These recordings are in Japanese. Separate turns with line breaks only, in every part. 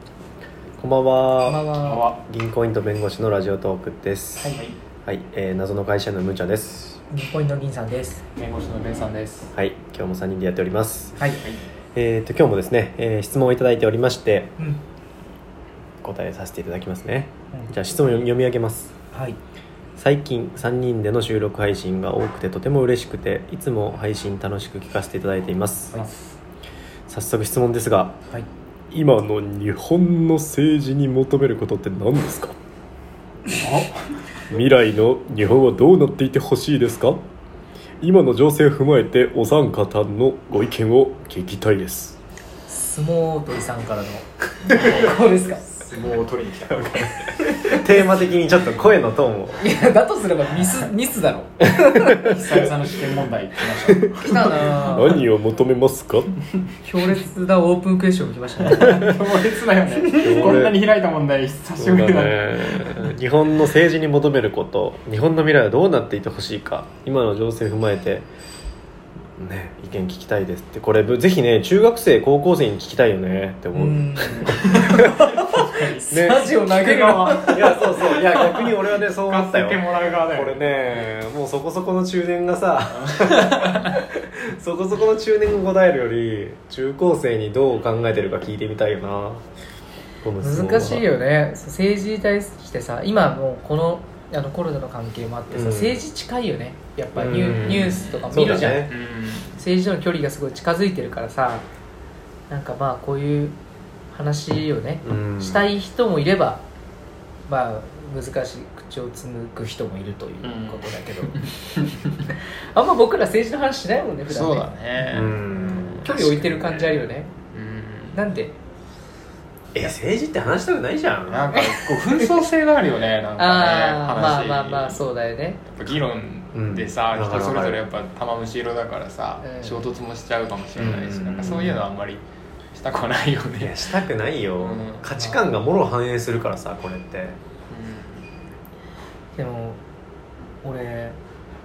こんばん
こんば
は
ん
あ
は。
は
銀行員と弁護士のラジオトークです
はい
はい
はい、えー謎の会社員のむーちゃんです
銀行員の銀さんです。
弁護士のベンさんです
はい今日も3人でやっております
はい。
はい
えっ、と今日もですね、えー質問をいただいておりまして
うん。
答えさせていただきますねじゃあ質問を読み上げます
はい。
最近3人での収録配信が多くてとても嬉しくていつも配信楽しく聞かせていただいています
はい
早速質問ですが
はい。
今の日本の政治に求めることって何ですか未来の日本はどうなっていてほしいですか今の情勢を踏まえてお三方のご意見を聞きたいです
相撲取りさん からの。こうですか。
相撲を取りに来た
テーマ的にちょっと声のトーンを
いや、だとすれば、ミス、ミスだろ。
久々の試験問題来まし
来たなぁ。
何を求めますか
強烈なオープンクエスチョン来ましたね。
た強烈だよねこんなに開いた問題久しぶりだね
日本の政治に求めること日本の未来はどうなっていてほしいか今の情勢を踏まえてね意見聞きたいですってこれぜひね中学生高校生に聞きたいよねって
う
思う、
ん。スタジオ投げ
投げ
るな。
側
いやそうそういや逆に俺はねそう思った
助
よ
けてもらう側だ
こ
よ
れねもうそこそこの中年が さそこそこの中年が答えるより中高生にどう考えてるか聞いてみたいよなこの質問は
難しいよね。そう政治に対してさ、今もうこの、あのコロナの関係もあってさ、
うん
政治近いよね。やっぱニュ,、
うん
ニュースとか
そ
見
うだ
るじゃん。
ね
政治との距離がすごい近づいてるからさなんかまあこういう話をね、
うん
したい人もいればまあ難しい口を紡ぐ人もいるということだ けど、あんま僕ら政治の話しないもんね普段ね
そうだ
う
ね
ん
距離置いてる感じあるよね
うん
なんで
え政治って話したくないじゃん
なんかこう紛争性がある よねなんかね
ああまあ
話
まあまあそうだよね
やっぱ議論でさ、
うん
人それぞれやっぱ玉虫色だからさ、
うん
衝突もしちゃうかもしれないし、
うん
なんかそういうのあんまりしたくはないよ
いや
ね、
したくないよ、
うん
価値観がもろ反映するからさこれって
でも俺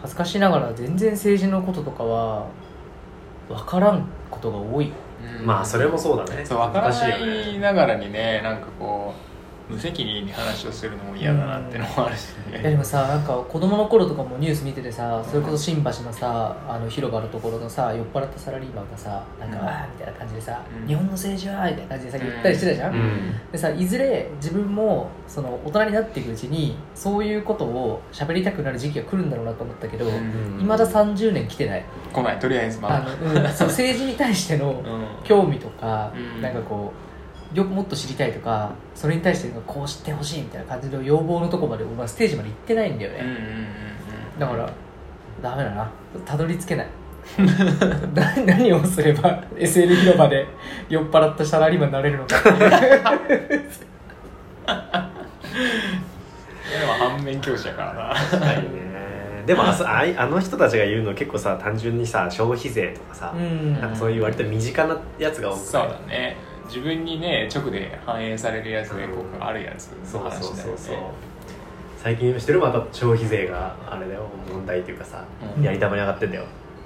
恥ずかしながら全然政治のこととかは分からんことが多い
うん
まあそれもそうだね
そう分からな
難しいよね
いながらにねなんかこう無責任に話をするのも嫌だなってのもあるし
いやで
ね、
もさなんか子供の頃とかもニュース見ててさそれこそ新橋のさあの広場のところのさ酔っ払ったサラリーマンがさなんか、
うん
わーみたいな感じでさ、
うん
日本の政治はみたいな感じでさ言ったりしてたじゃん、
うん
でさいずれ自分もその大人になっていくうちにそういうことを喋りたくなる時期が来るんだろうなと思ったけど、
うん
いまだ30年来てない、
来ないとりあえずま
あ
あ
のうん、その政治に対しての
うん
興味とか、
うん
なんかこうよもっと知りたいとかそれに対してこう知ってほしいみたいな感じの要望のとこまで俺はステージまで行ってないんだよね、
うんうんうん
だからダメだなたどり着けない な何をすれば SL 広場で 酔っ払ったサラリーマンになれるの かっていう
いやでも反面教師やからな
はいね でもあそあいあの人たちが言うの結構さ単純にさ消費税とかさ、
うん
なんかそういう割と身近なやつが多くて
そうだね自分にね直で反映されるやつで効果があるやつ
そ
の
うそ
話
う
だ
そ
よ
うそう
ね
最近してるまた消費税があれだよ問題というかさ、
うん
やり玉に上がってんだよ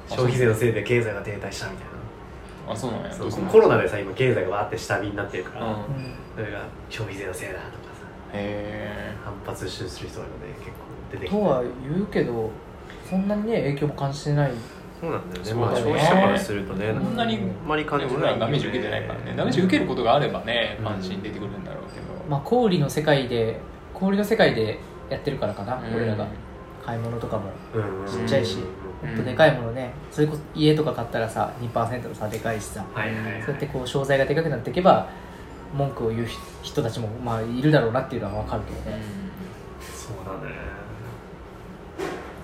消費税のせいで経済が停滞したみたい
あそうなんや
な
どうすんの
コロナでさ今経済がわーって下火になってるか
う
ら、
ん
それが消費税のせいだとかさ
へ
反発する人がね結構出てきて
とは言うけどそんなにね影響も感じてない
そうなんだよね
そう
まあ
だね
消費者からするとね
え
う
こ
なんん
な
か
に
あんまり
で
感じな
も
い
俺らダメージ受けてないからねダメージ受けることがあればね
うん
関心出てくるんだろうけど、
まあ氷の世界で氷の世界でやってるからかな、
うん
俺らが買い物とかも
うん
ちっちゃいし
う
ほんとでかいものねそれこそ家とか買ったらさ2%の差でかいしさ
んはいはいはい
そうやってこう商材がでかくなっていけば文句を言う人たちもまあいるだろうなっていうのは分かるけどね
そうだね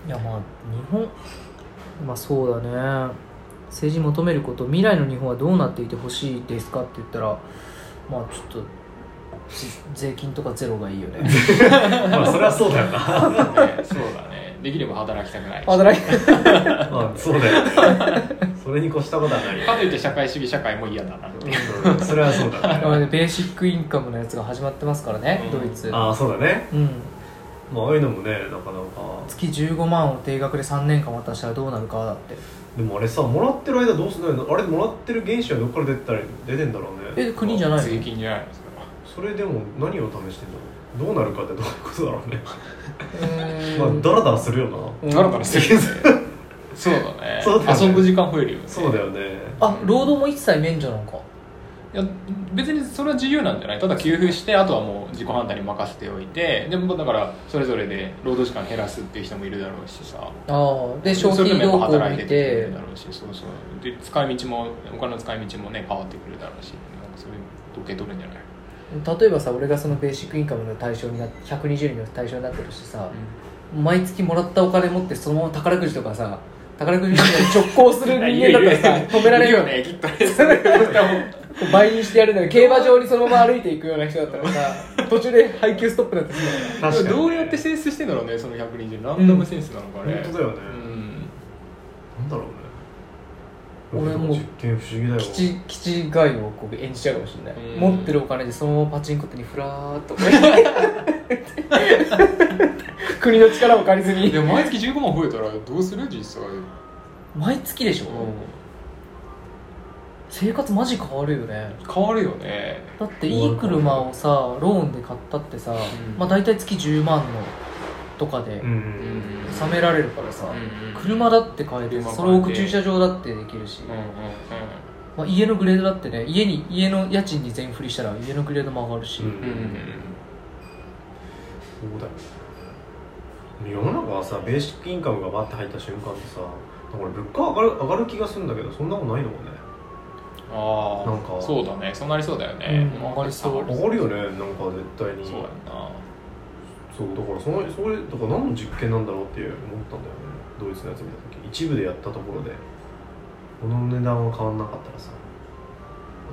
いやまあ日本まあそうだね政治に求めること未来の日本はどうなっていてほしいですかって言ったらまあちょっとじ税金とかゼロがいいよね
まあそれはそうだよな
ねそうだねできれば働きたくない し
働き
まあそうだよねそれに越したことはないよ
かといって社会主義社会も嫌だなっていう
うんそれはそうだね
まあねベーシックインカムのやつが始まってますからね、
うん
ドイツ
ああそうだね
うん
まあああいうのもねなかなか
月15万を定額で3年間渡したらどうなるかだって
でもあれさもらってる間どうすんのあれもらってる原資はどっから出てたら出てんだろうね
え国じゃないの
税金じゃないですか
そそれでも何を試してんだろうどうなるかってどういうことだろうねま
う
あ
ん
ダラダラするよな、
うん
だらだらしてるね そうだね
そうだよね
遊ぶ時間増えるよね
そうだよね
あ労働も一切免除なのか
いや別にそれは自由なんじゃないただ給付してあとはもう自己判断に任せておいてでもだからそれぞれで労働時間減らすっていう人もいるだろうしさ
ああで消
それ
費
でも
動
やっ
向
ぱ
を
働い
見
て
て
るだろうしそうそうで使い道もお金の使い道もね変わってくるだろうしなんかそういう時計取るんじゃない、
例えばさ俺がそのベーシックインカムの対象になって120人の対象になったとしてさ、毎月もらったお金持ってそのまま宝くじとか さ宝くじみたいに直行する人間だったらさ止められる
い
よ
よ
ね
ねきっとねそれ
こう倍にしてやるのよ競馬場にそのまま歩いていくような人だったらさ途中で配給ストップになってしま
確かにね
どうやってセンスしてんだろうねその120ランダムセンスなのかね、
本当だよね
うん
なんだろうね
俺も
実験不思議だよ
う基地基地外をこう演じちゃうかもしれない、
うん
持ってるお金でそのままパチンコ店にふらーっと 国の力を借りずに
でも毎月15万増えたらどうする実際、
毎月でしょ、生活マジ変わるよね
変わるよね
だっていい車をさローンで買ったってさ、
ん
まあ大体月10万のとかで
うんうん
納められるからさ、
うんうん
車だって買える
車買えて
それを置く駐車場だってできるし、
うんうんうん
まあ、家のグレードだってね家に家の家賃に全振りしたら家のグレードも上がるし、
うん
うんうん
そうだよ世の中はさベーシックインカムがバッて入った瞬間ってさなんか俺物価上がる上がる気がするんだけどそんなことないのかね
あ
なんか
あそうだねそうなりそうだよね、
うん上がりそう
上がるよねなんか絶対に
そうやんな
そうだからそのそれだから何の実験なんだろうって思ったんだよねドイツのやつ見た時一部でやったところでこの値段は変わんなかったらさ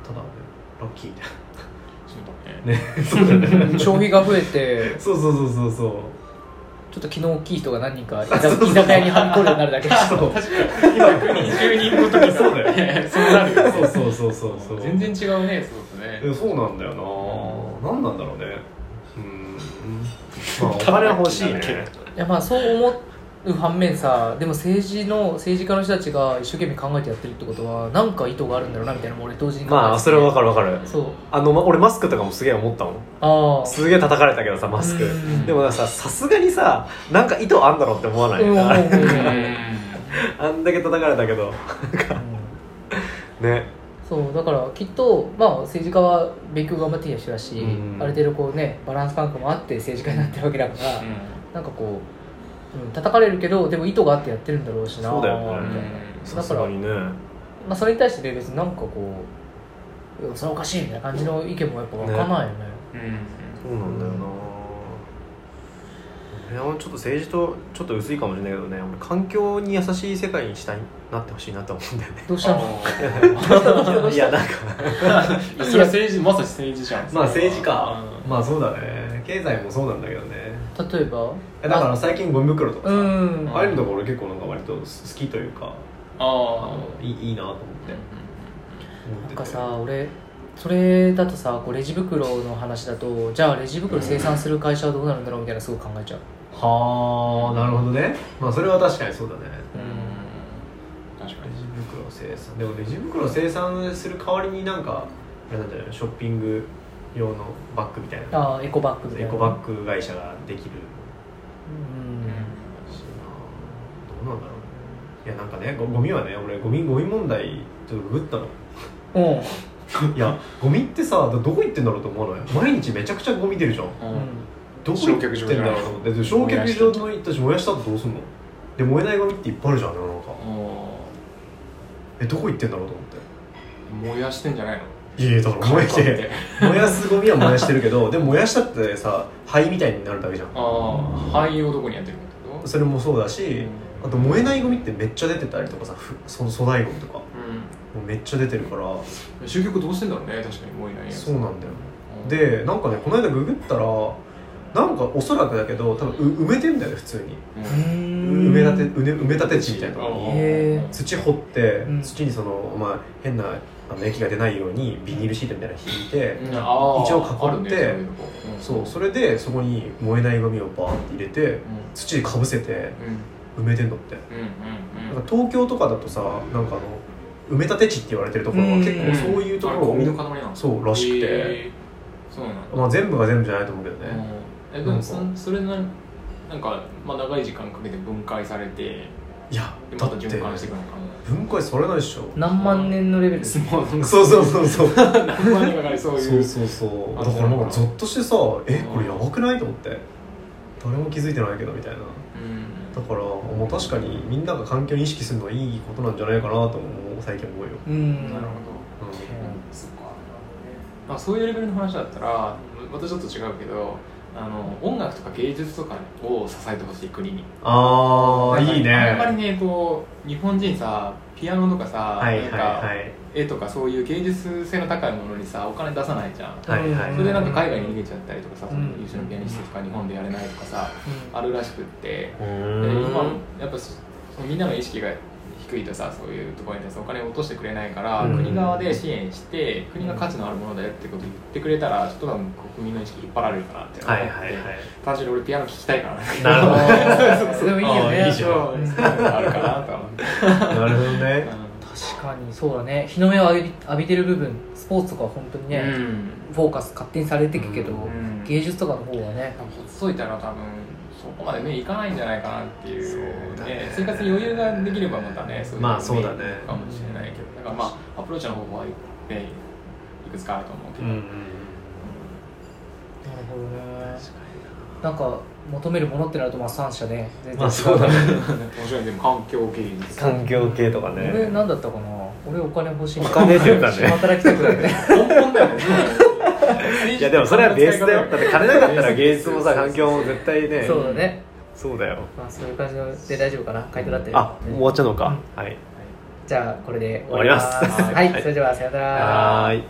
ただねラッキーみたい
そう
な
だね
ね そうだね
消費が増えて
そうそうそうそうそう
ちょっと気の大きい人が何人か居酒居酒屋にハンコるようになるだ けだし
そう
今120人ごとに
そうだ
よそうなるよ
そうそうそうそうそう
全然違うねそうですね
えそうなんだよな何なんだろうね うんまあお金は欲しいね
いやまあそう思う反面さでも政治の政治家の人たちが一生懸命考えてやってるってことはなんか意図があるんだろうなみたいなのも俺同時に考えてて
まあそれはわかるわかる
そう
あの、ま、俺マスクとかもすげえ思ったもん
ああ
すげえ叩かれたけどさマスク
うん
でもささすがにさなんか意図あんだろうって思わない、
うん
あれ
うん
うん
あんだけ叩かれたけどね
そうだからきっと、まあ、政治家は勉強頑張ってきた人だし、
うん
ある程度こうねバランス感覚もあって政治家になってるわけだから、
う
なんかこう、うん、叩かれるけどでも意図があってやってるんだろうしな
そうだよね
みたいな
うん
さすがにね
まあ、それに対してね別になんかこういやそれおかしいみたいな感じの意見もやっぱ分かんないよね
ん
そうなんだよな俺はちょっと政治とちょっと薄いかもしれないけどね俺環境に優しい世界にしたいなってほしいなと思うんだよね
どうした の
いやなんか
あーそれは政治まさに政治じゃん
まあ政治か、まあそうだね経済もそうなんだけどね
例えば
えだから最近ゴミ袋とか
う
さ、
ん
ああいうのとか俺結構なんか割と好きというかあ
ああ
のいいいいなと思って思って
な
て
んかさ俺それだとさこうレジ袋の話だとじゃあレジ袋生産する会社はどうなるんだろうみたいなすごい考えちゃう
はあなるほどねまあそれは確かにそうだね
うん確か
レ
に
ジ袋生産でもレジ袋生産する代わりになんかあれなんだよねショッピング用のバッグみたいな
ああエコバッグみたい
エ
な
コバッグ会社ができる
うん
しなどうなんだろうねいやなんかねゴゴミはね俺ゴミゴミ問題ちょっとググったの
う ん
いやゴミってさどどこ行ってんだろうと思わない毎日めちゃくちゃゴミ出るじゃん
う
うんん
どこ行ってんだろうと思ってで焼
焼
却
場
場の行ったし燃やしたってどうすんので燃えないゴミっていっぱいあるじゃん世の中えどこ行ってんだろうと思っ
燃やしてんじゃないの
ていやいやだから燃え
買って
燃やすゴミは燃やしてるけどでも燃やしたってさ灰みたいになるだけじゃん
ああ灰をどこにやってるのってこと
それもそうだしあと燃えないゴミってめっちゃ出てたりとかさふそ粗大ゴミとかもうめっちゃ出てるから
うん集客どうしてんだろうね確かに燃えないやつ
そうなんだよ
うん
でなんかねこの間ググったらなんかおそらくだけど多分う埋めてんだよね普通に
うん
埋
埋
め立てうね埋め立て地みたいなとこに
へー
土掘って、
うん
土にその、まあ、変なあの液が出ないようにビニールシートみたいなの引いて、
うんあー
一応囲って
あるねそういうとこうん
そうそれでそこに燃えないゴミをバーって入れて
う
土にかぶせて
んうん
埋めてんだって
うんうん
なんか東京とかだとさなんかあの埋め立て地って言われてるところは
うん
結構そういうところ
あれゴミの
を
塊なの
そうらしくて
へそうなんだ
まあ、全部が全部じゃないと思うけどね、
えでもそそれななんか、まあ、長い時間かけて分解されて
いや
で
だ
ま
ったて
循環していくのか
分解されないでしょ
何万年のレベルです
なもうなんか
そうそうそうそう
何万人かかりそう
そ
いうう
そうそう
あ
だからなんかゾッとしてさえ
うん
これやばくないと思って誰も気づいてないけどみたいな
うん
だからもう確かにみんなが環境に意識するのはいいことなんじゃないかなとも最近思うよ、
うん
なるほど
う
そっかまあそういうレベルの話だったら私ちょっと違うけどあの音楽とか芸術とかを支えてほしい国に
ん、ああ
なんか
いいね
あんまりねこう日本人さピアノとかさ、
はいはい
なん
は
か
い
絵とかそういう芸術性の高いものにさお金出さないじゃん
はいはい
それでなんか海外に逃げちゃったりとかさ、その
うん
優秀なピアニストとか日本でやれないとかさ、あ
る
るらしくって、
う
で
ーん
今やっぱそそのみんなの意識が低いとさそういうところに対してお金を落としてくれないから、
うん
国側で支援して国が価値のあるものだよってことを言ってくれたらちょっと多分国民の意識引っ張られるかなって思
は
って、
いはいはい
単純に俺ピアノ聴きた いからね
なるほど
でもいいよ
あーい
ね
いじゃん
そうそういうのがあるかなとは思って、
なるほどね
確かにそうだね日の目を浴び浴びてる部分スポーツとかは本当にね、
うん
フォーカス勝手にされてくけど、
うん
芸術とかの方はね
ほっといたら多分そこまで目いかないんじゃないかなっていう
そうだね
生活に余裕ができればまたねそういう
まあそうだね
かもしれないけどだからまあアプローチの方法はい,、ね、いくつかあると思うけ
う
ど、
んうん
なるほどねなんか求めるものってなるとまあ三者ね全然
まあそうだね
面白いねでも環境芸 術
環境系とか
俺
ね
何だったかな俺お金欲し
お
い
金って言ったね
働きたくな いね
根本だよ ね
いやでもそれはベースだよだって金なかったら芸術もさ環境も絶対ね
そうだね
そうだよ
まあそういう感じので大丈夫かな回答だったよ
あもう終わっちゃうのか、はい
じゃあこれで
終わります
終わりますはいそれではさよなら
はーい